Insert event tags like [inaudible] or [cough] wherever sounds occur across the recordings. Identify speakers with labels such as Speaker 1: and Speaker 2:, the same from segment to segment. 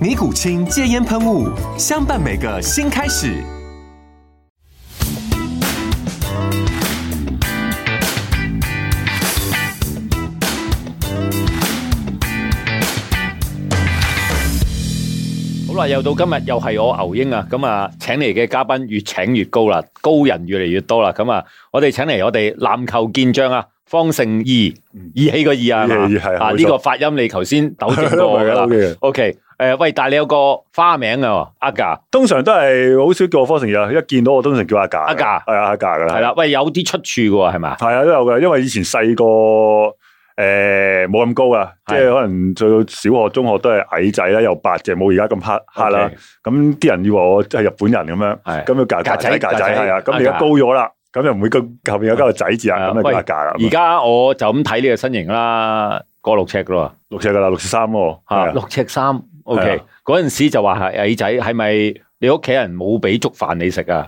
Speaker 1: 尼古清戒烟喷雾，相伴每个新开始。
Speaker 2: 好啦，又到今日，又係我牛英啊，咁啊，請嚟嘅嘉賓越請越高啦，高人越嚟越多啦，咁啊，我哋請嚟我哋籃球健將啊，方勝義，義氣個義
Speaker 3: [laughs]
Speaker 2: 啊，係嘛
Speaker 3: 義氣係
Speaker 2: 啊
Speaker 3: 冇錯
Speaker 2: 呢個發音你頭先糾正過我噶
Speaker 3: [laughs] 唔係嘅
Speaker 2: 啦
Speaker 3: ，OK
Speaker 2: ，OK，诶，喂，但係你有個花名啊，阿架，
Speaker 3: 通常都係好少叫我方成日，一見到我通常叫阿架。
Speaker 2: 阿架
Speaker 3: 係啊，阿架噶啦。
Speaker 2: 係啦，喂，有啲出處嘅喎，係嘛？
Speaker 3: 係啊，都有嘅，因為以前細個诶冇咁高啊，即
Speaker 2: 係
Speaker 3: 係可能最到小學、中學都係矮仔啦，又白淨，冇而家咁黑黑啦
Speaker 2: OK。
Speaker 3: 咁啲人以為我係日本人咁樣，
Speaker 2: 係
Speaker 3: 咁叫架
Speaker 2: 架仔
Speaker 3: 仔架
Speaker 2: 架
Speaker 3: 仔
Speaker 2: 仔
Speaker 3: 係啊。咁
Speaker 2: 阿
Speaker 3: 而家
Speaker 2: 架
Speaker 3: 高咗啦，咁又唔會咁後面有加個仔字啊，
Speaker 2: 啊
Speaker 3: 咁就
Speaker 2: 喂
Speaker 3: 叫阿架啦。
Speaker 2: 而家我就咁睇你嘅身形啦，過六尺噶咯，
Speaker 3: 六尺噶啦，六尺三喎。
Speaker 2: 吓
Speaker 3: 係啊 [laughs]
Speaker 2: 六尺三
Speaker 3: 係
Speaker 2: ，OK，
Speaker 3: 啊
Speaker 2: 嗰陣時就話係矮仔，係咪你屋企人冇俾粥飯你食啊？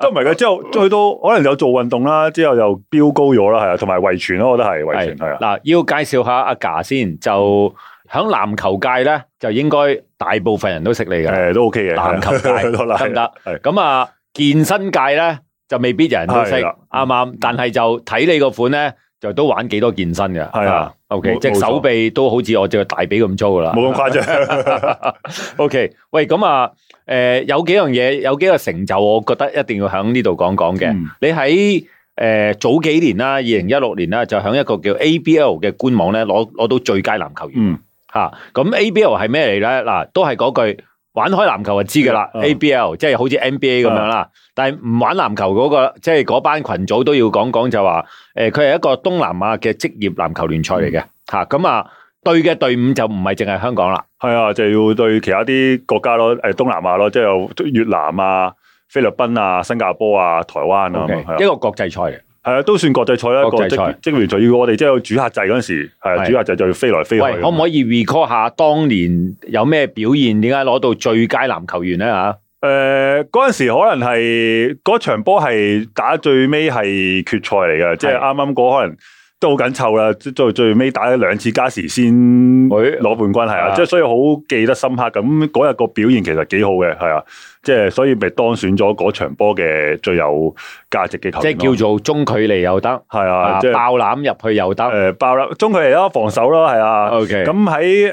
Speaker 3: 都唔係嘅，之後去到可能有做運動啦，之後又飆高咗啦，係啊，同埋遺傳咯，我覺得係遺傳係啊。
Speaker 2: 嗱，要介紹下阿架先，
Speaker 3: 嗯
Speaker 2: 就喺籃球界咧，就應該大部分人都識你嘅，
Speaker 3: 诶，都 OK 嘅，啊
Speaker 2: 籃球界
Speaker 3: [laughs] 都啦
Speaker 2: 得唔得？
Speaker 3: 係
Speaker 2: 咁啊，健身界咧就未必人人都識，
Speaker 3: 係
Speaker 2: 啱
Speaker 3: 啦
Speaker 2: 啱？但係就睇你個款咧，就都玩幾多健身嘅。
Speaker 3: 係啊
Speaker 2: ，OK，
Speaker 3: 冇
Speaker 2: 隻
Speaker 3: 冇錯
Speaker 2: 手臂都好似我隻大髀咁粗噶啦。
Speaker 3: 冇咁誇張。
Speaker 2: [laughs] OK，喂，咁啊，诶、有幾樣嘢，有幾個成就，我覺得一定要喺呢度講講嘅。
Speaker 3: 嗯
Speaker 2: 你喺诶、呃早幾年啦，二零一六年啦，就喺一個叫 ABL 嘅官網咧，攞攞到最佳籃球員
Speaker 3: 嗯，
Speaker 2: 吓。咁、ABL 係咩嚟咧？嗱，都係嗰句。玩開籃球就知㗎啦
Speaker 3: 嗯
Speaker 2: ，ABL 即係好似 NBA 咁樣啦，但係唔玩籃球嗰、個，即係嗰班群組都要講講就話，誒、呃佢係一個東南亞嘅職業籃球聯賽嚟
Speaker 3: 嗯
Speaker 2: 嘅嚇，咁啊對嘅隊伍就唔係淨係香港啦，
Speaker 3: 係啊，就要對其他啲國家咯，誒東南亞咯，即係有越南啊、菲律賓啊、新加坡啊、台灣啊，
Speaker 2: OK，
Speaker 3: 係
Speaker 2: 一
Speaker 3: 啊
Speaker 2: 個國際賽嚟。
Speaker 3: 係啊，都算國際賽啦。
Speaker 2: 國
Speaker 3: 國
Speaker 2: 際
Speaker 3: 際
Speaker 2: 賽
Speaker 3: 職職聯賽要我哋即係有主客制嗰陣時，係啊
Speaker 2: 係
Speaker 3: 主客制就要飛來飛去。
Speaker 2: 喂，可唔可以 recall 下當年有咩表現？點解攞到最佳籃球員咧？吓，
Speaker 3: 誒呃嗰陣時可能係嗰場波係打最尾係決賽嚟嘅，即係
Speaker 2: 係
Speaker 3: 啱啱嗰可能都好緊湊啦，即最最尾打咗兩次加時先攞冠軍係
Speaker 2: 啊
Speaker 3: 啊，即係所以好記得深刻。咁嗰日個表現其實幾好嘅，係啊，即係所以咪當選咗嗰場波嘅最有價值嘅球
Speaker 2: 即
Speaker 3: 員
Speaker 2: 係叫
Speaker 3: 咯。
Speaker 2: 做中距離又得，
Speaker 3: 係啊，
Speaker 2: 啊
Speaker 3: 即係
Speaker 2: 爆攬入去又得。
Speaker 3: 誒爆啦，中距離啦，防守啦，係啊。
Speaker 2: OK，
Speaker 3: 咁喺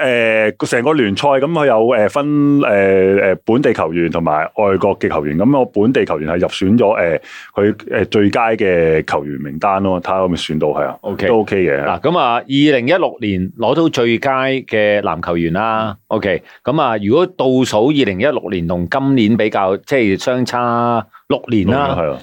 Speaker 3: 誒成個聯賽咁，佢有誒分誒誒、呃本地球員同埋外國嘅球員。咁我本地球員係入選咗誒佢誒呃最佳嘅球員名單咯，睇下可唔可以選到係啊
Speaker 2: OK
Speaker 3: 都 OK 嘅。
Speaker 2: 嗱，咁啊，二零一六年攞到最佳嘅籃球員啦。OK，咁啊，如果倒數二零一六年同今年比較，即係相差六年啦。
Speaker 3: 係啊，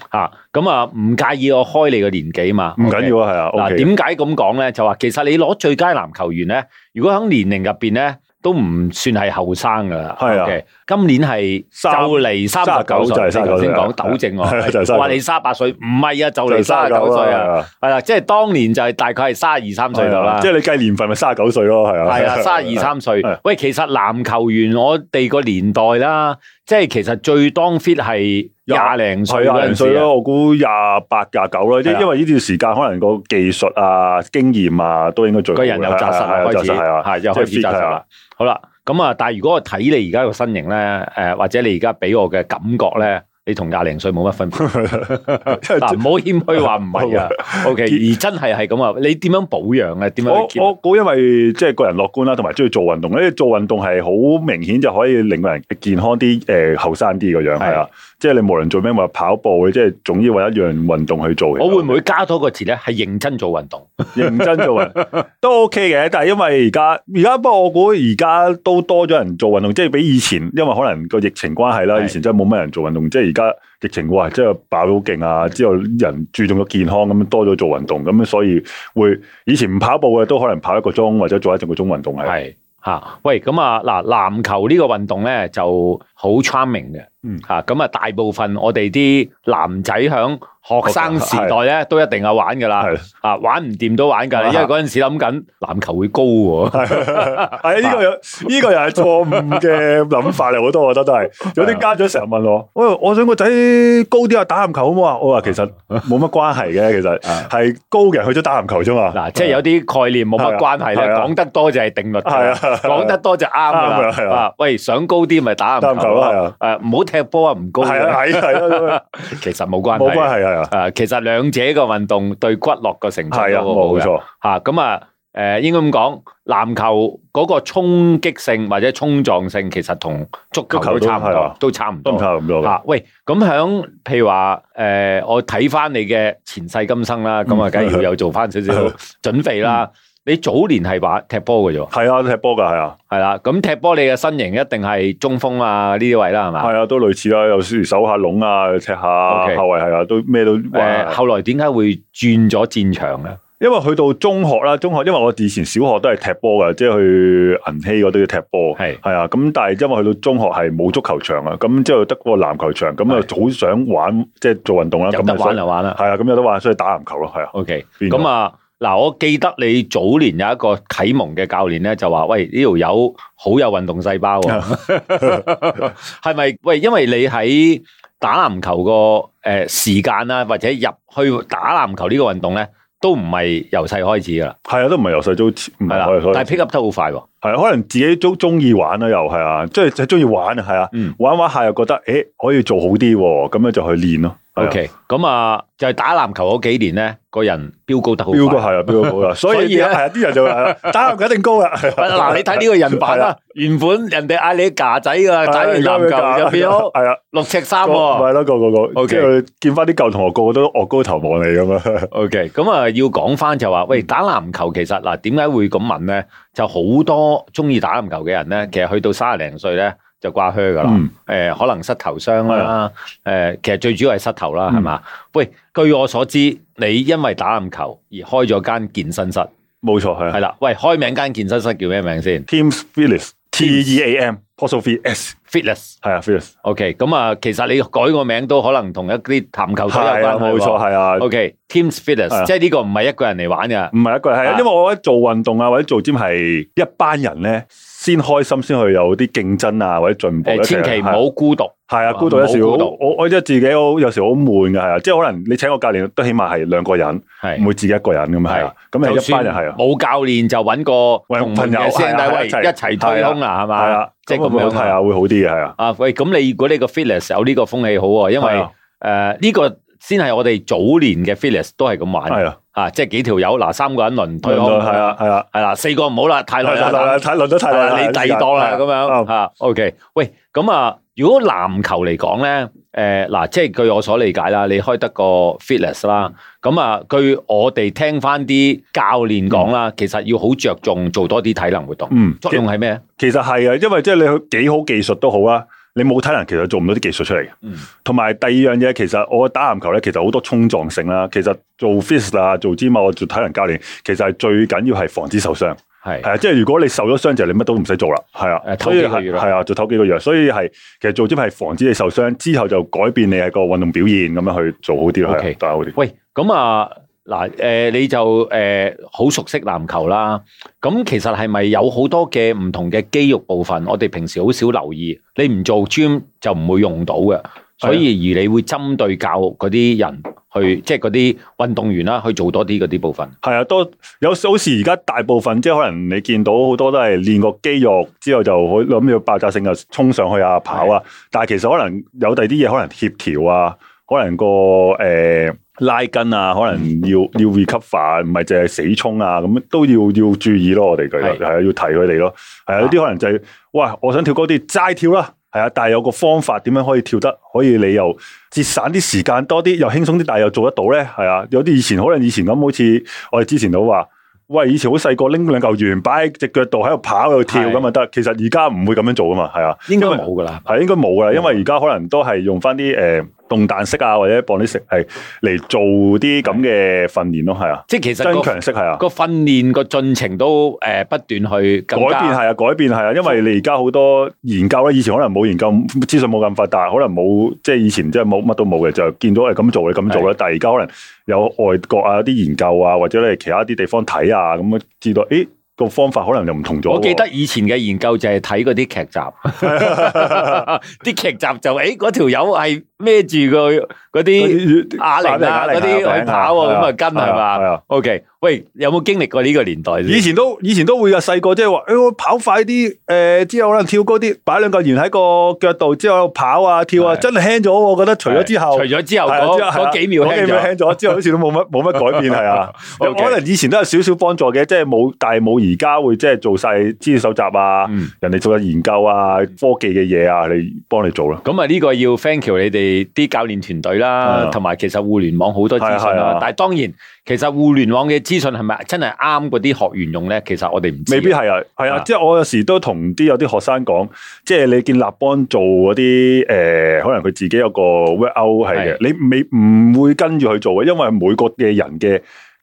Speaker 2: 吓，咁啊，唔介意我開你個年紀嘛？
Speaker 3: 唔緊
Speaker 2: OK
Speaker 3: 要啊，係啊
Speaker 2: 嗱，
Speaker 3: ，OK
Speaker 2: 點解咁講咧？就話其實你攞最佳籃球員咧，如果喺年齡入邊咧，都唔算係後生噶啦。
Speaker 3: 係啊
Speaker 2: OK，今年係就
Speaker 3: 三
Speaker 2: 嚟三十九
Speaker 3: 39就
Speaker 2: 歲，
Speaker 3: 係
Speaker 2: 你頭先講
Speaker 3: 39
Speaker 2: 糾正我，
Speaker 3: 係啊就係39 [laughs]
Speaker 2: 話你三八歲，唔係啊，就嚟三十
Speaker 3: 39
Speaker 2: 九歲啊，
Speaker 3: 啦，
Speaker 2: 係啦，即係當年就係大概係三十二三歲
Speaker 3: 係
Speaker 2: 度啦
Speaker 3: 啊，即。係你計年份咪三十九歲咯，係啊， [laughs]
Speaker 2: 係啊，32 3歲。
Speaker 3: 係。啊
Speaker 2: 喂，其實籃球員我哋個年代啦，即係其實最當fit係廿零歲
Speaker 3: 係啊，零歲
Speaker 2: 嗰陣時啊。
Speaker 3: 咯，我估廿八、廿九啦，
Speaker 2: 係
Speaker 3: 因
Speaker 2: 啊
Speaker 3: 因為呢段時間可能個技術啊、經驗啊都應該最好
Speaker 2: 個人又扎實啦，
Speaker 3: 係啊
Speaker 2: 開始 [laughs]
Speaker 3: 係啊， [laughs]
Speaker 2: 係又
Speaker 3: 即係
Speaker 2: 開始扎實
Speaker 3: fit
Speaker 2: 啦
Speaker 3: 啊。
Speaker 2: 好啦，咁啊，但係如果我睇你而家個身形咧，誒或者你而家俾我嘅感覺咧，你同廿零歲冇乜分
Speaker 3: [laughs]
Speaker 2: 別。嗱，唔
Speaker 3: 因為
Speaker 2: 好謙虛話唔係
Speaker 3: [laughs]
Speaker 2: 啊。OK，而真係係咁啊，你點樣保養咧？點樣
Speaker 3: 我
Speaker 2: 去 keep？
Speaker 3: 我估因為即係個人樂觀啦，同埋中意做呃運動咧，因為做運動係好明顯就可以令個人健康啲，誒後生啲個樣係啊，即係你無論做咩，話跑步，你即係總之為一樣運動去做。
Speaker 2: 我會唔會加多個字咧？係認真做運動。
Speaker 3: 認真做運動都 OK 嘅，但係因為而家而家不過我估而家都多咗人做運動，即係比以前，因為可能個疫情關係啦，
Speaker 2: 係
Speaker 3: 以前真係冇乜人做運動，即係而家疫情哇，即係爆到好勁啊！之後人注重咗健康咁多咗做運動，咁所以會以前唔跑步嘅都可能跑一個鐘或者做一整個鐘運動係。
Speaker 2: 係吓、喂，咁啊嗱，籃球呢個運動咧就好 charming 嘅，
Speaker 3: 嗯
Speaker 2: 吓咁啊，大部分我哋啲男仔響學生時代咧都一定有玩噶啦，
Speaker 3: 係
Speaker 2: 啊玩唔掂都玩噶
Speaker 3: 啊
Speaker 2: 啦，因為嗰陣時諗緊籃球會高
Speaker 3: [laughs]
Speaker 2: 喎，
Speaker 3: 係哎呢個有呢個又係錯誤嘅諗法嚟，好多我覺得都係有啲家長成日問我，喂，我想個仔高啲啊，打籃球好唔好啊？我話其實冇乜關係嘅，其實係高嘅人去咗打籃球啫嘛。
Speaker 2: 啊嗱、即係有啲概念冇乜關係咧，
Speaker 3: 係啊
Speaker 2: 講得多就係定律㗎
Speaker 3: 係
Speaker 2: 啦，
Speaker 3: 啊
Speaker 2: 講得多就啱噶
Speaker 3: 啱㗎係
Speaker 2: 啦，
Speaker 3: 啊
Speaker 2: 啊喂，想高啲咪打籃
Speaker 3: 打籃球
Speaker 2: 球
Speaker 3: 咯
Speaker 2: 咯
Speaker 3: 係啊，
Speaker 2: 誒唔好踢波啊，唔高
Speaker 3: 系啊，
Speaker 2: 嘅，[laughs]
Speaker 3: 係係啊，
Speaker 2: 其實冇關
Speaker 3: 冇
Speaker 2: 係。
Speaker 3: 關係係啊，
Speaker 2: 诶、其實兩者嘅運動對骨骼嘅成績
Speaker 3: 係啊，
Speaker 2: 都好好
Speaker 3: 冇
Speaker 2: 嘅。
Speaker 3: 錯，
Speaker 2: 吓咁啊，诶、應該咁講，籃球嗰個衝擊性或者衝撞性，其實同足球
Speaker 3: 足
Speaker 2: 都
Speaker 3: 球都
Speaker 2: 差唔
Speaker 3: 係
Speaker 2: 多
Speaker 3: 啊，
Speaker 2: 都差唔
Speaker 3: 都唔
Speaker 2: 多。
Speaker 3: 差咁多
Speaker 2: 吓、
Speaker 3: 嘅。
Speaker 2: 啊喂，咁響譬如話诶、誒我睇翻你嘅前世今生啦，咁啊，
Speaker 3: 嗯
Speaker 2: 梗係要有做翻少少準備啦。你早年係玩踢波嘅啫喎，
Speaker 3: 係啊，踢波㗎係啊，
Speaker 2: 係啦，咁踢波你嘅身形一定係中鋒啊呢啲位啦，係嘛？
Speaker 3: 係啊，都類似啦，有時手下籠啊，踢下
Speaker 2: OK
Speaker 3: 後衞係啊，都咩都
Speaker 2: 诶、
Speaker 3: 玩。
Speaker 2: 後來點解會轉咗戰場咧？
Speaker 3: 因為去到中學啦，中學因為我以前小學都係踢波㗎，即係去銀禧嗰度要踢波，
Speaker 2: 係
Speaker 3: 係啊。咁但係因為去到中學係冇足球場啊，咁之後得個籃球場，咁啊好想玩即係做運動啦。
Speaker 2: 有
Speaker 3: 咁
Speaker 2: 得玩
Speaker 3: 啊，
Speaker 2: 就玩啦。
Speaker 3: 係啊，咁有得玩，所以打籃球咯，係啊，
Speaker 2: O K，
Speaker 3: 變咗
Speaker 2: 咁啊，嗱，我記得你早年有一個啟蒙嘅教練咧，就話：喂，呢條友好有運動細
Speaker 3: [laughs]
Speaker 2: 胞喎、係咪？喂，因為你喺打籃球個誒時間啦，或者入去打籃球呢個運動咧，都唔係由細開始噶啦，
Speaker 3: 係啊，都唔係由細都唔係
Speaker 2: 係啦
Speaker 3: 我哋所。
Speaker 2: 但係 pick up 得好快喎、
Speaker 3: 系啊可能自己都中意玩啦，又係啊，即係中意玩啊，係啊，
Speaker 2: 嗯
Speaker 3: 玩玩下又覺得诶、欸可以做好啲喎，咁樣就去練咯。係
Speaker 2: O
Speaker 3: 啊
Speaker 2: K，咁啊，就係打籃球嗰幾年咧，個人飆高得好
Speaker 3: 標高
Speaker 2: 快。
Speaker 3: 係啊，標高高啦，所
Speaker 2: 所
Speaker 3: 以
Speaker 2: 以呢
Speaker 3: 係啊，啲人就話係啊 [laughs] 打籃球一定高啦。
Speaker 2: [laughs] 嗱，你睇呢個人版
Speaker 3: 係
Speaker 2: 啦，原本人哋嗌你架仔噶，打
Speaker 3: 哎
Speaker 2: 完籃球就變咗
Speaker 3: 係啊，
Speaker 2: 六尺三
Speaker 3: 個
Speaker 2: 喎。
Speaker 3: 咪咯，個個個，
Speaker 2: OK
Speaker 3: 即係見翻啲舊同學，個個都昂高頭望你咁啊。 [laughs]
Speaker 2: OK，咁啊，要講翻就話，
Speaker 3: 嗯
Speaker 2: 喂，打籃球其實嗱，點解會咁問咧？就好多中意打籃球嘅人咧，其實去到三十零歲咧就掛靴噶啦，誒、
Speaker 3: 嗯
Speaker 2: 可能膝頭傷啦，誒、其實最主要係膝頭啦，
Speaker 3: 嗯
Speaker 2: 係嘛、喂，據我所知，你因為打籃球而開咗間健身室，
Speaker 3: 冇錯，
Speaker 2: 係
Speaker 3: 係啊。
Speaker 2: 啦，喂，開名間健身室叫咩名先
Speaker 3: Teams Phillips T E A M p o s o p h i S
Speaker 2: ？Fitness。
Speaker 3: 係啊，Phillips
Speaker 2: OK，咁啊，其實你改個名都可能同一啲籃球隊有
Speaker 3: 係
Speaker 2: 關
Speaker 3: 啊，
Speaker 2: 係
Speaker 3: 冇
Speaker 2: 喎。
Speaker 3: 錯係啊。
Speaker 2: OK，Teams
Speaker 3: 係啊
Speaker 2: Fitness，即係呢個唔係一個人嚟玩嘅。
Speaker 3: 唔係一個係
Speaker 2: 啊
Speaker 3: 啊，因為我覺得做運動啊或者做 gym 係一班人咧先開心，先去有啲競爭啊或者進步。
Speaker 2: 誒，千祈唔好孤獨。
Speaker 3: 係
Speaker 2: 哇
Speaker 3: 啊，孤獨一
Speaker 2: 唔
Speaker 3: 時
Speaker 2: 好
Speaker 3: 我
Speaker 2: 孤獨
Speaker 3: 我我即係自己我有時好悶㗎，係啊，即係可能你請個教練都起碼係兩個人，
Speaker 2: 係
Speaker 3: 唔會自己一個人咁係啊，咁
Speaker 2: 就
Speaker 3: 係一
Speaker 2: 算
Speaker 3: 班人係啊。
Speaker 2: 冇教練就揾個
Speaker 3: 喂
Speaker 2: 同
Speaker 3: 朋友
Speaker 2: 嘅師兄
Speaker 3: 係啊
Speaker 2: 弟喂
Speaker 3: 一齊
Speaker 2: 一齊推胸啦，係
Speaker 3: 係
Speaker 2: 嘛？
Speaker 3: 啊，
Speaker 2: 即係咁
Speaker 3: 會好
Speaker 2: 樣
Speaker 3: 睇啊，
Speaker 2: 啊。
Speaker 3: 會好啲嘅，係啊，
Speaker 2: 啊喂，咁你如果你個 fitness 有呢個風氣好喎，因
Speaker 3: 係
Speaker 2: 為
Speaker 3: 啊
Speaker 2: 誒呢個先係我哋早年嘅 fitness 都係咁玩
Speaker 3: 係啊，
Speaker 2: 啊，即係幾條友嗱三個人輪推
Speaker 3: 對
Speaker 2: 胸，
Speaker 3: 對係啊，，係啊。
Speaker 2: 係啦，四個唔好啦，太耐
Speaker 3: 係啦
Speaker 2: 啦，
Speaker 3: 睇輪都睇
Speaker 2: 係
Speaker 3: 啦，啊
Speaker 2: 啦，啊你第二檔啦咁樣
Speaker 3: 啱
Speaker 2: 嚇。OK，喂，咁啊，如果籃球嚟講咧，誒嗱，即係據我所理解啦，你開得個 fitness 啦，咁啊，據我哋聽翻啲教練講啦，其實要好着重做多啲體能活動，
Speaker 3: 嗯，
Speaker 2: 作用係咩？
Speaker 3: 其實係啊，因為即係你幾好技術都好啊，你冇體能其實做唔到啲技術出嚟嘅。
Speaker 2: 嗯，
Speaker 3: 同埋第二樣嘢，其實我打籃球咧，其實好多衝撞性啦。其實做 f i s 啦，做芝麻，我做體能教練，其實係最緊要係防止受傷。
Speaker 2: 係
Speaker 3: 係啊，即係如果你受咗傷就你乜都唔使做啦。係啊
Speaker 2: 誒，唞
Speaker 3: 所以
Speaker 2: 幾個月
Speaker 3: 係
Speaker 2: 啦
Speaker 3: 係啊，就唞幾個月。所以係其實做 gym 係防止你受傷，之後就改變你嘅個運動表現咁樣去做好啲咯，係
Speaker 2: OK
Speaker 3: 啊打好啲。
Speaker 2: 喂，咁啊。嗱，誒、你就誒好、熟悉籃球啦，咁其實係咪有好多嘅唔同嘅肌肉部分，我哋平時好少留意，你唔做 gym 就唔會用到嘅，
Speaker 3: 啊
Speaker 2: 所以而你會針對教嗰啲人去，即係嗰啲運動員啊啦，去做多啲嗰啲部分。
Speaker 3: 係啊，多有好似而家大部分即係可能你見到好多都係練個肌肉之後就好諗住爆炸性就衝上去啊跑啊，但係其實可能有第啲嘢可能協調啊，可能個誒、呃拉筋啊，可能要要 recover 啊唔係淨係死衝啊，咁都要要注意咯，我哋佢
Speaker 2: 係
Speaker 3: 係啊，要提佢哋咯，係啊，有啲可能就係、哇，我想跳高啲，齋跳啦，係啊，但係有個方法點樣可以跳得，可以你又節省啲時間多啲，又輕鬆啲，但係又做得到咧？係啊，有啲以前可能以前咁，好似我哋之前都話，喂，以前好細個拎兩嚿圓擺喺只腳度喺度跑喺度跳咁啊得，其實而家唔會咁樣做噶嘛，係啊，
Speaker 2: 應該
Speaker 3: 因為
Speaker 2: 冇嗯噶啦。
Speaker 3: 係應該冇啦，因為而家可能都係用翻啲誒動彈式啊，或者幫啲食係嚟做啲咁嘅訓練咯，係啊，
Speaker 2: 即係其實
Speaker 3: 增
Speaker 2: 個
Speaker 3: 強式係啊。
Speaker 2: 個訓練個進程都誒不斷去
Speaker 3: 改
Speaker 2: 更
Speaker 3: 變
Speaker 2: 加
Speaker 3: 係啊，改變係啊，因為你而家好多研究咧，以前可能冇研究，資訊冇咁發達，可能冇即係以前即係冇乜都冇嘅，就見到係哎咁做嘅咁做啦。但係而家可能有外國啊有啲研究啊，或者你其他啲地方睇啊，咁樣知道，誒個方法可能就唔同咗喎。
Speaker 2: 我記
Speaker 3: [laughs]
Speaker 2: 得以前嘅研究就係睇嗰啲劇 [laughs] 集，啲劇集就誒嗰條友係孭住個嗰 [laughs] 啲
Speaker 3: 啲
Speaker 2: 啞鈴啊嗰啲去跑喎，咁啊跟係
Speaker 3: 係
Speaker 2: 嘛
Speaker 3: 啊。
Speaker 2: ？OK，喂，有冇經歷過呢個年代先？
Speaker 3: 以前都以前都會噶，細個即係話，诶、我跑快啲，诶、之後可能跳高啲，擺兩個圓喺個腳度，之後跑啊跳啊，
Speaker 2: 係
Speaker 3: 真係輕咗喎。我覺得除咗之後，
Speaker 2: 除咗之後
Speaker 3: 係啊
Speaker 2: 嗰
Speaker 3: 之後係啊
Speaker 2: 嗰幾秒
Speaker 3: 嗰
Speaker 2: 輕
Speaker 3: 幾秒輕
Speaker 2: 咗，
Speaker 3: 咗，之後好似都冇乜 [laughs] 冇乜改變係
Speaker 2: [laughs]
Speaker 3: 啊。有
Speaker 2: OK
Speaker 3: 可能以前都有少少幫助嘅，即係冇，但係冇而家會即係做晒資料搜集啊，
Speaker 2: 嗯
Speaker 3: 人哋做嘅研究啊，科技嘅嘢啊，你幫你做咯。
Speaker 2: 咁啊呢個要 thank you 你哋啲教練團隊
Speaker 3: 係
Speaker 2: 啦
Speaker 3: 啊，
Speaker 2: 同埋其實互聯網好多資訊
Speaker 3: 係啊係
Speaker 2: 啦
Speaker 3: 啊。
Speaker 2: 但係當然，其實互聯網嘅資訊係咪真係啱嗰啲學員用咧？其實我哋唔知
Speaker 3: 未必
Speaker 2: 嘅
Speaker 3: 係啊，係
Speaker 2: 啊
Speaker 3: 啊，即係我有時都同啲有啲學生講，即係你見立邦做嗰啲誒，可能佢自己有個 workout 係嘅，你未唔會跟住去做嘅，因為每個嘅人嘅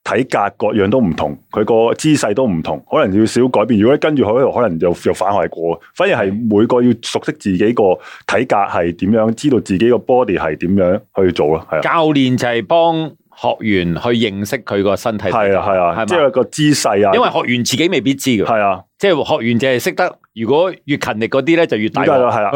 Speaker 3: 體格各樣都唔同，佢個姿勢都唔同，可能要少改變。如果你跟住佢，可能就又反壞過。反而係每個要熟悉自己個體格係點樣，知道自己個 body 係點樣去做咯，係啊。
Speaker 2: 教練就係幫學員去認識佢個身體，
Speaker 3: 係啊，係啊，
Speaker 2: 係
Speaker 3: 即
Speaker 2: 嘛
Speaker 3: 係個姿勢啊，
Speaker 2: 因為學員自己未必知嘅，
Speaker 3: 係啊，
Speaker 2: 即係學員就係識得，如果越勤力嗰啲咧就越大
Speaker 3: 依家就
Speaker 2: 鑊，
Speaker 3: 啊係啊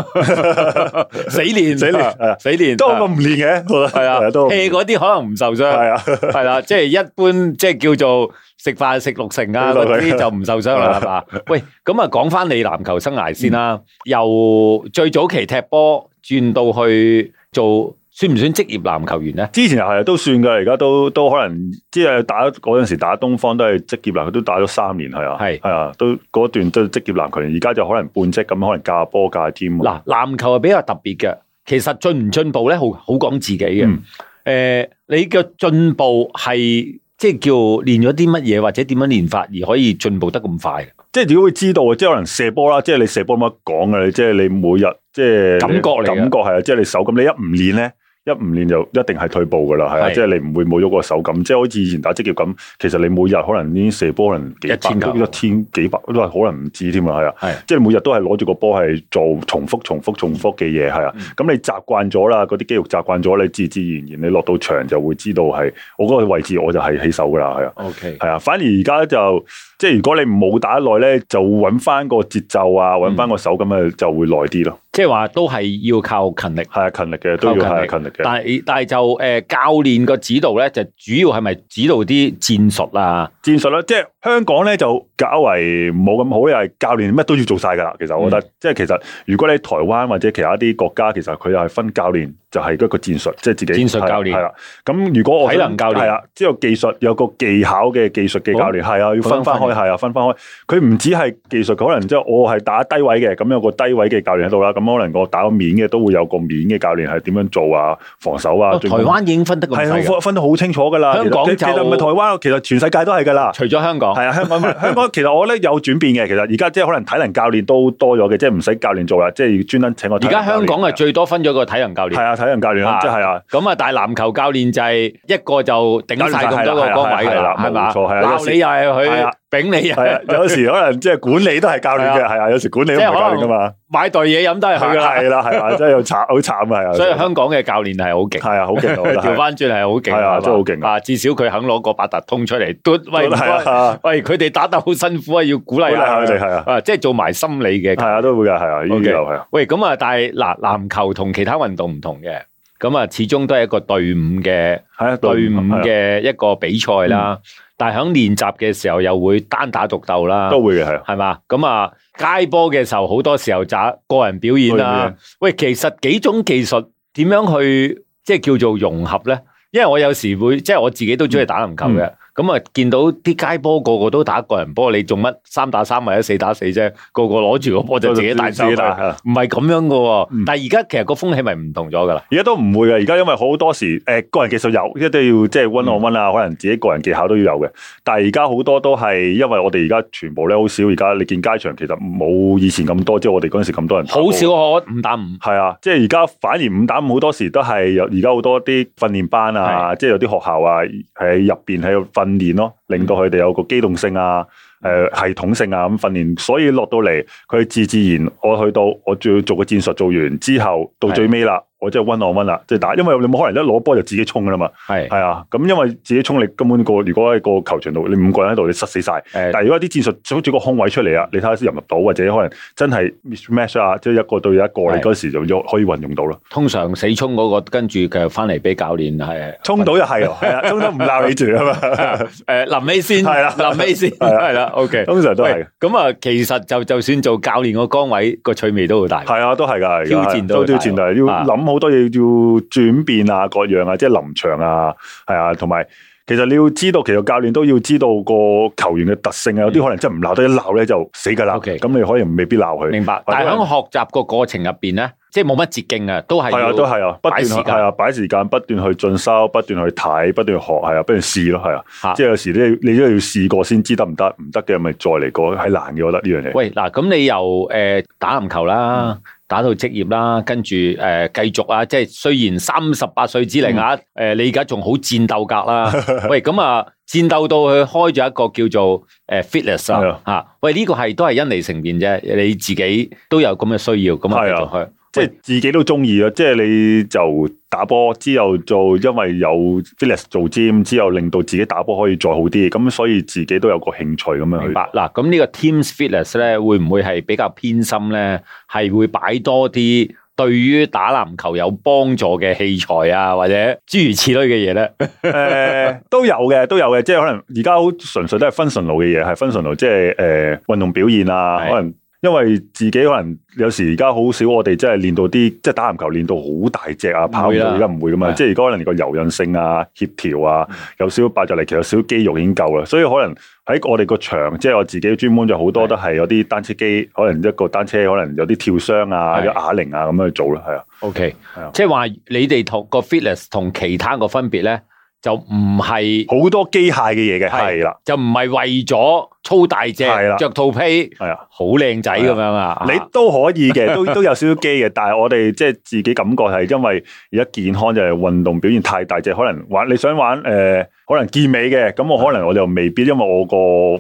Speaker 3: 啦，
Speaker 2: [laughs] 死練
Speaker 3: 死練係啊
Speaker 2: 死練
Speaker 3: 都我唔練嘅，
Speaker 2: 係
Speaker 3: [laughs]
Speaker 2: 啊
Speaker 3: 都我唔
Speaker 2: hea 嗰啲可能唔受
Speaker 3: 係
Speaker 2: 傷，
Speaker 3: 啊。 [laughs]
Speaker 2: 係啦，即係一般即係叫做食飯食六成啊
Speaker 3: 食
Speaker 2: 嗰
Speaker 3: 六成
Speaker 2: 啲就唔受傷
Speaker 3: [laughs]
Speaker 2: 啦，係嘛？喂，咁啊講翻你籃球生涯先
Speaker 3: 嗯
Speaker 2: 啦，由最早期踢波轉到去做，算唔算職業籃球員咧？
Speaker 3: 之前又係都算噶，而家都都可能即係打嗰陣時打東方都係職業籃球，都打咗三年係啊，
Speaker 2: 係
Speaker 3: 係啊，都嗰段都係職業籃球員，而家就可能半職咁，可能教波教 team 啊。
Speaker 2: 嗱，籃球係比較特別嘅，其實進唔進步咧，好好講自己嘅。誒、
Speaker 3: 嗯
Speaker 2: 你嘅進步係即係叫練咗啲乜嘢，或者點樣練法而可以進步得咁快？
Speaker 3: 即係如果會知道啊，即係可能射波啦，即係你射波冇得講嘅，即係你每日即係
Speaker 2: 感覺嚟嘅
Speaker 3: 感覺係啊，即係你手感，你一唔練咧。一唔練就一定係退步噶啦，係啊，
Speaker 2: 係
Speaker 3: 即係你唔會冇咗個手感，即係好似以前打職業咁，其實你每日可能呢射波可能幾百
Speaker 2: 一千球
Speaker 3: 一千幾百都係可能唔知添啊，係啊，
Speaker 2: 係
Speaker 3: 即係每日都係攞住個波係做重複、重複、重複嘅嘢，係啊。咁、你習慣咗啦，嗰啲肌肉習慣咗，你自自然然你落到場就會知道係我嗰個位置我就係起手噶啦，係啊。
Speaker 2: OK，
Speaker 3: 係啊，反而而家就即係如果你冇打耐咧，就揾翻個節奏啊，揾翻個手咁啊，就會耐啲咯。
Speaker 2: 即係話都係要靠勤力，
Speaker 3: 係啊，勤力嘅都要
Speaker 2: 靠
Speaker 3: 係啊勤力嘅。
Speaker 2: 但係但係就誒、教練個指導咧，就主要係咪指導啲戰術啊？
Speaker 3: 戰術啦，即係香港咧就較為冇咁好，因為教練乜都要做晒㗎啦。其實我覺得，
Speaker 2: 嗯
Speaker 3: 即係其實如果你台灣或者其他啲國家，其實佢又係分教練，就係、一個戰術，即係自己
Speaker 2: 戰術教練
Speaker 3: 係啦。咁如果我
Speaker 2: 體能教練
Speaker 3: 係啦，之後技術有個技巧嘅技術嘅教練，係啊，要分翻
Speaker 2: 好
Speaker 3: 開，係啊，分翻開。佢唔止係技術，可能即係我係打低位嘅，咁有個低位嘅教練喺度啦。咁可能我打個面嘅都會有個面嘅教練係點樣做啊，防守啊。
Speaker 2: 哦台灣已經分得咁細
Speaker 3: 係
Speaker 2: 㗎，
Speaker 3: 分分得好清楚㗎啦。
Speaker 2: 香港
Speaker 3: 其實其實
Speaker 2: 就
Speaker 3: 唔係台灣，其實全世界都係㗎啦。
Speaker 2: 除咗香港
Speaker 3: 系，啊，香港香
Speaker 2: [laughs]
Speaker 3: 港其實我咧有轉變嘅，其實而家即係可能體能教練都多咗嘅，即係唔使教練做啦，即係要專登請個體
Speaker 2: 而
Speaker 3: 能教練。啊
Speaker 2: 家香港係最多分咗個體能教練
Speaker 3: 係。啊，體能教練
Speaker 2: 啊
Speaker 3: 啦，即係
Speaker 2: [laughs]
Speaker 3: 啊。
Speaker 2: 咁啊，但系篮球教練就係一個就頂晒咁多個崗位㗎啦，係嘛？
Speaker 3: 係啦冇錯係啊有
Speaker 2: 鬧
Speaker 3: 時
Speaker 2: 你又係
Speaker 3: 係
Speaker 2: 佢
Speaker 3: 啊，
Speaker 2: 丙你又
Speaker 3: 係啊
Speaker 2: 係，，
Speaker 3: 有時可能即係管理都係教練嘅，
Speaker 2: 係
Speaker 3: 係啊，有時管理都唔係教練噶嘛，
Speaker 2: 買袋嘢飲都係佢 [laughs] 㗎啦。
Speaker 3: 係啦，係啊，真係又慘，好慘啊，係啊，
Speaker 2: 所以香港嘅教練係好勁，
Speaker 3: 係啊，好勁，我覺得
Speaker 2: [laughs] 調
Speaker 3: 係
Speaker 2: 翻轉係好勁，
Speaker 3: 係啊
Speaker 2: 嘛
Speaker 3: 真係好勁啊
Speaker 2: 啊！至少佢肯攞個八達通出嚟，嘟喂唔
Speaker 3: 係
Speaker 2: 該
Speaker 3: 啊，
Speaker 2: 喂，佢哋打得好辛苦啊，要鼓勵
Speaker 3: 鼓勵
Speaker 2: 下
Speaker 3: 下佢哋係啊
Speaker 2: 啊，即係做埋心理嘅
Speaker 3: 係啊，都會㗎，係啊，呢
Speaker 2: OK
Speaker 3: 啲就係啊，
Speaker 2: 喂，咁啊，但係嗱，籃球同其他運動唔同嘅，咁啊，始終都係一個隊伍嘅
Speaker 3: 係啊，
Speaker 2: 隊伍
Speaker 3: 係啊
Speaker 2: 嘅一個比賽啦。但係喺練習嘅時候又會單打獨鬥啦，
Speaker 3: 都會嘅，係啊。
Speaker 2: 係嘛？咁啊，街波嘅時候好多時候就個人表演啦。喂，其實幾種技術點
Speaker 3: 嗯
Speaker 2: 樣去即係叫做融合咧？因為我有時會即係我自己都中意打籃球嘅，咁、咁啊見到啲街波個個都打個人波，你做乜三打三或者四打四啫？個個攞住個波就自己大手
Speaker 3: 自己打係啊
Speaker 2: 啦，唔係咁樣噶喎
Speaker 3: 嗯。
Speaker 2: 但係而家其實個風氣咪唔同咗噶啦。
Speaker 3: 而家都唔會嘅，而家因為好多時誒、呃、個人技術有，一定要即係温我温
Speaker 2: 嗯
Speaker 3: 啊，可能自己個人技巧都要有嘅。但係而家好多都係因為我哋而家全部咧好少，而家你見街場其實冇以前咁多，即係我哋嗰陣時咁多人跑
Speaker 2: 好少可五打五，
Speaker 3: 係啊，即係而家反而五打五好多時都係有而家好多啲訓練班啊，即係有啲學校啊喺入邊喺度訓練咯，令到佢哋有個機動性啊。誒、系統性啊咁訓練，所以落到嚟佢自自然，我去到我仲要做個戰術做完之後，到最尾啦，我真係温我温啦，即係打，因為你冇可能一攞波就自己衝噶啦嘛，
Speaker 2: 係
Speaker 3: 係啊，咁因為自己衝力根本個如果喺個球場度，你五個人喺度你塞死晒。
Speaker 2: 誒
Speaker 3: 但係如果啲戰術想住個空位出嚟啊，你睇下先入唔入到，或者可能真係 mismatch 啊，即係一個對一個，你嗰時就喐可以運用到咯。
Speaker 2: 通常死衝嗰、個，跟住佢翻嚟俾教練係
Speaker 3: 衝到又係 [laughs] 喎，係啊，衝到唔鬧你住啊嘛。
Speaker 2: [laughs] 诶，临尾先，
Speaker 3: 係啦
Speaker 2: 临尾先，系
Speaker 3: 係啦
Speaker 2: 啦，OK，
Speaker 3: 通常都係
Speaker 2: 喂咁啊，其實就就算做教練個崗位，個趣味都好大。
Speaker 3: [laughs] 係啊，都係㗎，
Speaker 2: 挑戰到
Speaker 3: 都
Speaker 2: 佢
Speaker 3: 挑戰啊
Speaker 2: 大
Speaker 3: 㗎，
Speaker 2: 鑊
Speaker 3: 要諗好多嘢，要轉變啊，各樣啊，即係臨場啊，係啊，同埋其實你要知道，其實教練都要知道個球員嘅特性啊，有啲可能真係唔鬧得，一鬧咧就死㗎啦。
Speaker 2: OK
Speaker 3: 咁你可能未必鬧佢。
Speaker 2: 明白。但係喺學習個過程入边咧，即係冇乜捷徑啊，都係
Speaker 3: 係啊，
Speaker 2: 要
Speaker 3: 都係啊，不斷
Speaker 2: 擺
Speaker 3: 去
Speaker 2: 時間
Speaker 3: 係啊，擺時間，不斷去進修，不斷去睇，不斷去學，係啊，不斷試咯，係啊，
Speaker 2: 嚇
Speaker 3: 即係有時你你都要試過先知得唔得，唔得嘅咪再嚟過，係難嘅，我覺得呢樣嘢。
Speaker 2: 喂，嗱，咁你由诶、呃打籃球啦，
Speaker 3: 嗯
Speaker 2: 打到職業啦，跟住诶继续啊，即係雖然三十八歲之齡啊，
Speaker 3: 嗯
Speaker 2: 诶、你而家仲好戰鬥格啦。
Speaker 3: [laughs]
Speaker 2: 喂，咁啊，戰鬥到佢開咗一個叫做诶 fitness
Speaker 3: 係啊
Speaker 2: 啊，吓，喂，呢、個係都係因你成便啫，你自己都有咁嘅需要，咁啊
Speaker 3: 係
Speaker 2: 繼
Speaker 3: 啊
Speaker 2: 續去。
Speaker 3: 即係自己都中意啊咯，即係你就打波之後做，因為有 fitness 做 gym 之後，令到自己打波可以再好啲，咁所以自己都有個興趣咁樣
Speaker 2: 明
Speaker 3: 去。
Speaker 2: 白嗱，咁呢個 Teams Fitness 咧，會唔會係比較偏心咧？係會擺多啲對於打籃球有幫助嘅器材啊，或者諸如此類嘅嘢咧？
Speaker 3: 誒、呃都有嘅，都有嘅，即係可能而家好純粹都係 functional 嘅嘢，係 functional，即係誒、呃運動表現啊，
Speaker 2: 係
Speaker 3: 可能。因為自己可能有時而家好少，我哋真係練到啲即係打籃球練到好大隻啊，跑步
Speaker 2: 會啦
Speaker 3: 而家唔會噶嘛，
Speaker 2: 係嗯
Speaker 3: 即係而家可能個柔韌性啊、協調啊，有少少擺入嚟，其實有少少肌肉已經夠啦，所以可能喺我哋個場，即係我自己專門就好多都係有啲單車機，可能一個單車可能有啲跳箱啊、
Speaker 2: 係
Speaker 3: 有啞鈴啊咁樣去做啦，係啊。
Speaker 2: O K，
Speaker 3: 係啊
Speaker 2: 即係話你哋同個 fitness 同其他個分別咧，就唔係
Speaker 3: 好多機械嘅嘢嘅，
Speaker 2: 係
Speaker 3: 係啦，
Speaker 2: 就唔係為咗操大隻
Speaker 3: 係啦、
Speaker 2: 着套披、
Speaker 3: 係啊。
Speaker 2: 好靚仔咁樣啊？
Speaker 3: 你都可以嘅，都都有少少機嘅，但係我哋即係自己感覺係因為而家健康就係運動表現太大隻，可能玩你想玩誒、呃可能健美嘅，咁我可能我就未必，因為我個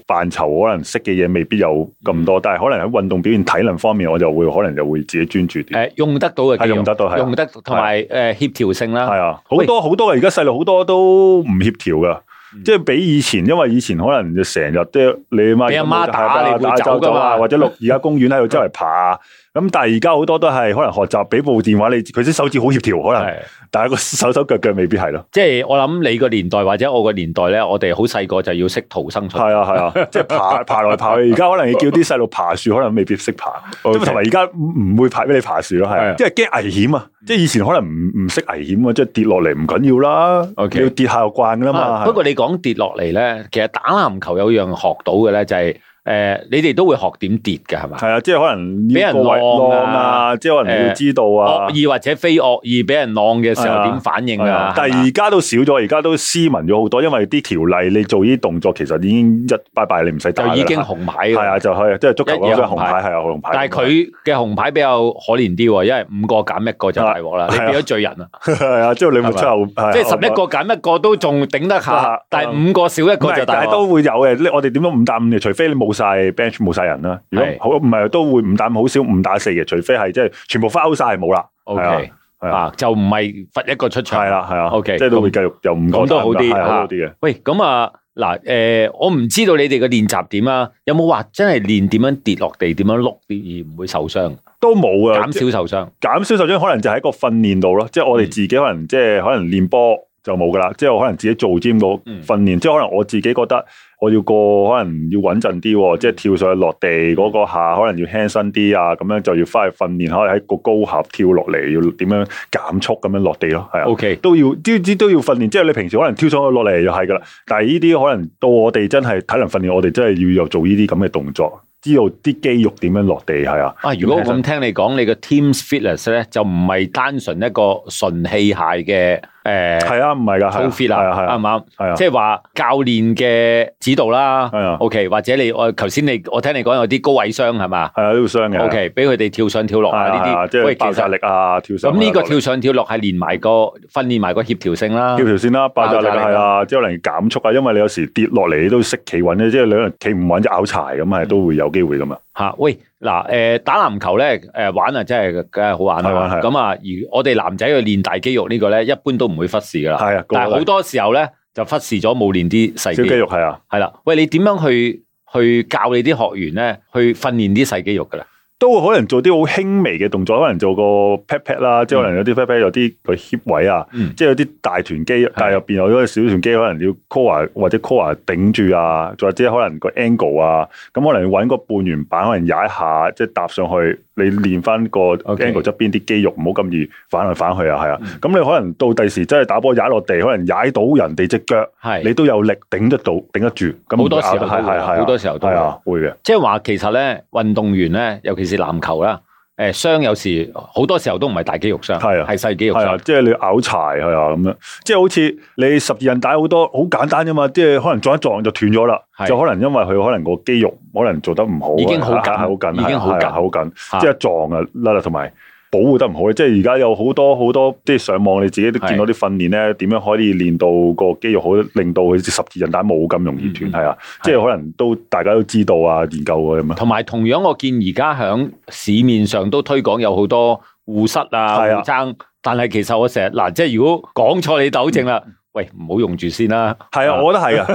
Speaker 3: 範疇可能識嘅嘢未必有咁多，但係可能喺運動表現體能方面，我就會可能就會自己專注啲。
Speaker 2: 誒用得到嘅
Speaker 3: 係
Speaker 2: 肌肉
Speaker 3: 用得到係啊啊
Speaker 2: 用得同埋誒協調性啦，
Speaker 3: 係啊，好
Speaker 2: 喂
Speaker 3: 多好多嘅，而家細路好多都唔協調噶。
Speaker 2: 嗯
Speaker 3: 即係比以前，因為以前可能就成日即係你媽
Speaker 2: 俾阿媽打你會走㗎嘛 [laughs]
Speaker 3: 啊或者落而家公園喺度周圍爬。咁但係而家好多都係可能學習俾部電話你，佢啲手指好協調，可能，
Speaker 2: 係
Speaker 3: 但係個手手腳腳未必
Speaker 2: [laughs]
Speaker 3: 係咯。
Speaker 2: 即係我諗你個年代或者我個年代咧，我哋好細個就要識逃生術。
Speaker 3: 係啊係啊，即係
Speaker 2: [laughs]
Speaker 3: 爬爬來爬去。而家可能要叫啲細路爬樹，可能未必識爬。咁
Speaker 2: OK
Speaker 3: 同埋而家唔會爬俾你爬樹咯，係
Speaker 2: 係嗯
Speaker 3: 啊
Speaker 2: 啊，
Speaker 3: 即係驚危險啊！即係以前可能唔唔識危險啊，即係跌落嚟唔緊要啦
Speaker 2: OK
Speaker 3: 要跌下就慣㗎啦
Speaker 2: 啊
Speaker 3: 嘛。
Speaker 2: 不過你講跌落嚟咧，其實打籃球有樣學到嘅咧，就係誒你哋都會學點跌嘅係嘛
Speaker 3: 系？啊，即系可能
Speaker 2: 俾
Speaker 3: 呢
Speaker 2: 人
Speaker 3: 個位
Speaker 2: 晾啊
Speaker 3: 浪啊，即系可能要知道啊
Speaker 2: 惡。意或者非惡意俾人浪嘅時
Speaker 3: 係
Speaker 2: 候
Speaker 3: 啊
Speaker 2: 點反應
Speaker 3: 係啊
Speaker 2: 啊？
Speaker 3: 但
Speaker 2: 係
Speaker 3: 系
Speaker 2: 嘛
Speaker 3: 而家都少咗，而家都斯文咗好多，因為啲條例你做呢啲動作，其實已經一拜拜，你唔使打
Speaker 2: 就已經紅牌
Speaker 3: 系
Speaker 2: 㗎。
Speaker 3: 啊，就係即係足球
Speaker 2: 一
Speaker 3: 嗰
Speaker 2: 嘢
Speaker 3: 張
Speaker 2: 紅
Speaker 3: 紅
Speaker 2: 牌
Speaker 3: 牌係啊，紅牌。
Speaker 2: 但係佢嘅紅牌比較可憐啲喎，因為五個減一個就大鑊啦，你
Speaker 3: 係啊
Speaker 2: 變咗罪人啦。
Speaker 3: 係啊，即係你冇出後，
Speaker 2: 即
Speaker 3: 即
Speaker 2: 係十一個減一個都仲頂得
Speaker 3: 啊
Speaker 2: 下，但係五個少一個就大
Speaker 3: 但係
Speaker 2: 鑊。
Speaker 3: 都會有嘅。呢我哋點都五打五嘅，除非你冇晒 bench 冇晒人啦。如果
Speaker 2: 係
Speaker 3: 好唔係都會五打五，好少五打四嘅，除非係即係全部 foul 晒冇啦。
Speaker 2: O
Speaker 3: 係啊
Speaker 2: K
Speaker 3: 係啊
Speaker 2: 啊，就唔係罰一個出
Speaker 3: 係
Speaker 2: 場。
Speaker 3: 啦，係啊
Speaker 2: OK，
Speaker 3: 即係都
Speaker 2: 咁
Speaker 3: 會繼續有五個
Speaker 2: 咁都好啲
Speaker 3: 係啊
Speaker 2: 嚇
Speaker 3: 好啲嘅。
Speaker 2: 喂，咁啊，嗱，诶、我唔知道你哋嘅練習點啊，有冇話真係練點樣跌落地，點樣碌啲而唔會受傷，
Speaker 3: 都冇啊，
Speaker 2: 減少受傷？
Speaker 3: 減少受傷可能就喺個訓練度咯，即係我哋自己可能即係可能練波，就冇噶啦。即係我可能自己做尖個
Speaker 2: 嗯
Speaker 3: 訓練，即係可能我自己覺得我要個可能要穩陣啲喎，即係跳上去落地嗰個下可能要輕身啲啊，咁樣就要翻去訓練，可能喺個高峽跳落嚟要點樣減速咁樣落地咯，係啊。
Speaker 2: O K，
Speaker 3: 都要都都都要訓練，即係你平時可能跳上去落嚟就係噶啦，但係呢啲可能到我哋真係體能訓練，我哋真係要有做呢啲咁嘅動作，知道啲肌肉點樣落地係啊。
Speaker 2: 啊，如果我咁聽你講，你個 Teams Fitness 咧就唔係單純一個純器械嘅诶
Speaker 3: 係啊，唔係㗎，係
Speaker 2: 操 fit
Speaker 3: 係啊，係
Speaker 2: 啦，啱
Speaker 3: 啊
Speaker 2: 唔，啱？
Speaker 3: 係啊，
Speaker 2: 即係話教練嘅指導啦
Speaker 3: 係啊
Speaker 2: ，OK，或者你我頭先你我聽你講有啲高位傷係嘛
Speaker 3: 係啊，都要傷嘅。
Speaker 2: ？OK，俾佢哋跳上跳落
Speaker 3: 係
Speaker 2: 啊
Speaker 3: 啊係啊
Speaker 2: 呢
Speaker 3: 即
Speaker 2: 啲，
Speaker 3: 係
Speaker 2: 喂，其
Speaker 3: 爆炸力
Speaker 2: 實
Speaker 3: 啊，跳上
Speaker 2: 咁呢個
Speaker 3: 個
Speaker 2: 跳上跳落係連埋個訓練埋個協調性啦
Speaker 3: 跳。條線啦，爆炸力
Speaker 2: 爆炸
Speaker 3: 係
Speaker 2: 力
Speaker 3: 啊，之後能減速啊，因為你有時跌落嚟你都識企穩咧，即係兩人企唔穩就拗柴咁
Speaker 2: 嗯
Speaker 3: 係都會有機會咁啊。
Speaker 2: 吓、喂，嗱，诶、打籃球咧，诶、玩啊，真係梗係好玩
Speaker 3: 係玩
Speaker 2: 啦。
Speaker 3: 係
Speaker 2: 咁啊，而我哋男仔去練大肌肉呢個咧，一般都唔會忽視噶啦。
Speaker 3: 係啊，
Speaker 2: 但係好
Speaker 3: 個
Speaker 2: 多時候咧，就忽視咗冇練啲細
Speaker 3: 小
Speaker 2: 肌
Speaker 3: 肌
Speaker 2: 肉。
Speaker 3: 肉係啊。
Speaker 2: 係啦，喂，你點樣去去教你啲學員咧，去訓練啲細肌肉噶啦？
Speaker 3: 都可能做啲好輕微嘅動作，可能做個 pat pat 啦，即係可能有啲 pat pat 有啲個 hip 位啊，
Speaker 2: 嗯
Speaker 3: 即係有啲大團肌，但係入邊有啲小團肌，可能要 core 或者 core 頂住啊，或者可能個 angle 啊，咁可能要揾個半圓板，可能踩一下，即係搭上去，你練翻個
Speaker 2: OK
Speaker 3: angle 側邊啲肌肉，唔好咁易反嚟反去啊，係啊
Speaker 2: 嗯，
Speaker 3: 咁你可能到第時真係打波踩落地，可能踩到人哋只腳，
Speaker 2: 係
Speaker 3: 你都有力頂得到，頂得住，咁啊
Speaker 2: 好多時候
Speaker 3: 係
Speaker 2: 都會
Speaker 3: 係係
Speaker 2: 好多時候都
Speaker 3: 係
Speaker 2: 會
Speaker 3: 啊，會嘅，
Speaker 2: 即係話其實咧，運動員咧，尤其是籃球啦，誒、傷有時好多時候都唔係大肌肉傷，
Speaker 3: 係啊
Speaker 2: 係細肌肉
Speaker 3: 係啊，
Speaker 2: 傷。
Speaker 3: 即係你拗柴係啊咁樣，即係好似你十字韌帶好多好簡單啫嘛，即係可能撞一撞就斷咗啦
Speaker 2: 係，
Speaker 3: 就可能因為佢可能個肌肉可能做得唔好啊，
Speaker 2: 已經好緊
Speaker 3: [laughs] 係啊好緊，
Speaker 2: 已經好緊
Speaker 3: 係啊好緊，
Speaker 2: 啊
Speaker 3: 即係一撞啊甩啦，同埋。保護得唔好咧，啊即係而家有好多好多，即係上網你自己都見到啲訓練咧，點樣可以練到個肌肉好，令到佢十字韌帶冇咁容易斷，
Speaker 2: 嗯嗯
Speaker 3: 係啊，即係可能都大家都知道啊，研究啊咁樣。
Speaker 2: 同埋同樣，我見而家響市面上都推廣有好多護膝啊、
Speaker 3: 係啊
Speaker 2: 護踭，但係其實我成日嗱，即係如果講錯你糾正啦，
Speaker 3: 嗯
Speaker 2: 喂，唔好用住先啦。
Speaker 3: 系啊，
Speaker 2: 啊
Speaker 3: 我覺得
Speaker 2: [laughs]
Speaker 3: 係啊，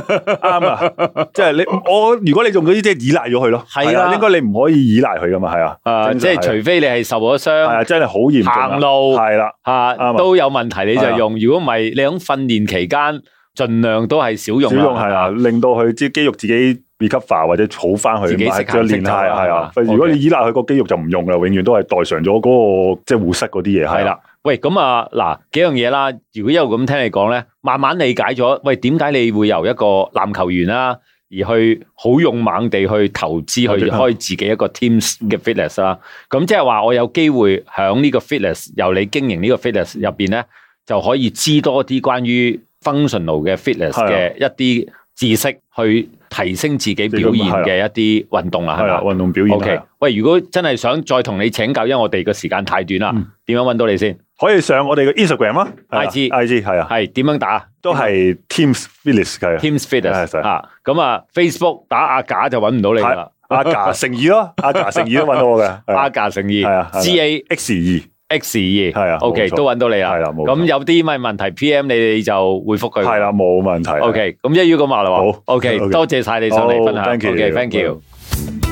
Speaker 3: 啱啊，即係你我如果你用嗰啲即係依賴咗佢咯，
Speaker 2: 係啊
Speaker 3: 係應該你唔可以依賴佢噶嘛，係啊，
Speaker 2: 啊，
Speaker 3: 正
Speaker 2: 即
Speaker 3: 常
Speaker 2: 係除非你係受咗
Speaker 3: 係啊，
Speaker 2: 傷，
Speaker 3: 真係好嚴重啊
Speaker 2: 行路
Speaker 3: 係啦，
Speaker 2: 嚇
Speaker 3: 啱啊
Speaker 2: 都有問題，你
Speaker 3: 係
Speaker 2: 就
Speaker 3: 啊
Speaker 2: 用。如果唔係，你喺訓練期間，盡量都係少用
Speaker 3: 少
Speaker 2: 啦。
Speaker 3: 用係啊，令到佢啲肌肉自己 recover 或者好翻佢，
Speaker 2: 自己
Speaker 3: 咁啊
Speaker 2: 識
Speaker 3: 再
Speaker 2: 行識
Speaker 3: 練
Speaker 2: 走
Speaker 3: 下
Speaker 2: 啊
Speaker 3: 係
Speaker 2: 係嘛
Speaker 3: 啊。如果
Speaker 2: OK
Speaker 3: 你依賴佢個肌肉就唔用啦，永遠都係代償咗嗰個即係護膝嗰啲嘢
Speaker 2: 係
Speaker 3: 係啊
Speaker 2: 啦。喂，咁啊，嗱，幾樣嘢啦。如果一路咁聽你講咧，慢慢理解咗，喂，點解你會由一個籃球員啦，而去好勇猛地去投資去
Speaker 3: 嗯
Speaker 2: 開自己一個 teams 嘅 fitness 啦？咁即係話我有機會響呢個 fitness，由你經營呢個 fitness 入邊咧，就可以知多啲關於 functional 嘅 fitness
Speaker 3: 係啊
Speaker 2: 嘅一啲知識，去提升自己表現嘅一啲運動啦，係
Speaker 3: 係啊，
Speaker 2: 咪？
Speaker 3: 運動表現
Speaker 2: O K，
Speaker 3: 係啊
Speaker 2: 喂，如果真係想再同你請教，因為我哋個時間太短啦
Speaker 3: 嗯，
Speaker 2: 點樣揾到你先？
Speaker 3: 可以上我哋嘅 Instagram 啊
Speaker 2: IG
Speaker 3: IG
Speaker 2: [laughs]
Speaker 3: 係啊，
Speaker 2: 系点样打
Speaker 3: 都係 Teams Phillips 係啊
Speaker 2: Teams Fitness
Speaker 3: 係係
Speaker 2: 吓，咁啊 Facebook 打阿架就揾唔到你噶啦，
Speaker 3: 阿架誠意咯，阿架誠意都揾到我嘅，
Speaker 2: 阿
Speaker 3: 係啊
Speaker 2: 架成意
Speaker 3: 係啊係啊
Speaker 2: G A
Speaker 3: X 二
Speaker 2: X 二係
Speaker 3: 係啊冇錯
Speaker 2: o k 都揾到你啦
Speaker 3: 係，啦，冇錯
Speaker 2: 咁有啲咩問題 P M 你哋就回覆佢，
Speaker 3: 係啦，冇問題。
Speaker 2: ，O K，咁一於咁話啦喎
Speaker 3: 好
Speaker 2: ，O K，
Speaker 3: [laughs] OK
Speaker 2: 多謝晒你上嚟分享
Speaker 3: 好，thank you
Speaker 2: ，O K，thank you。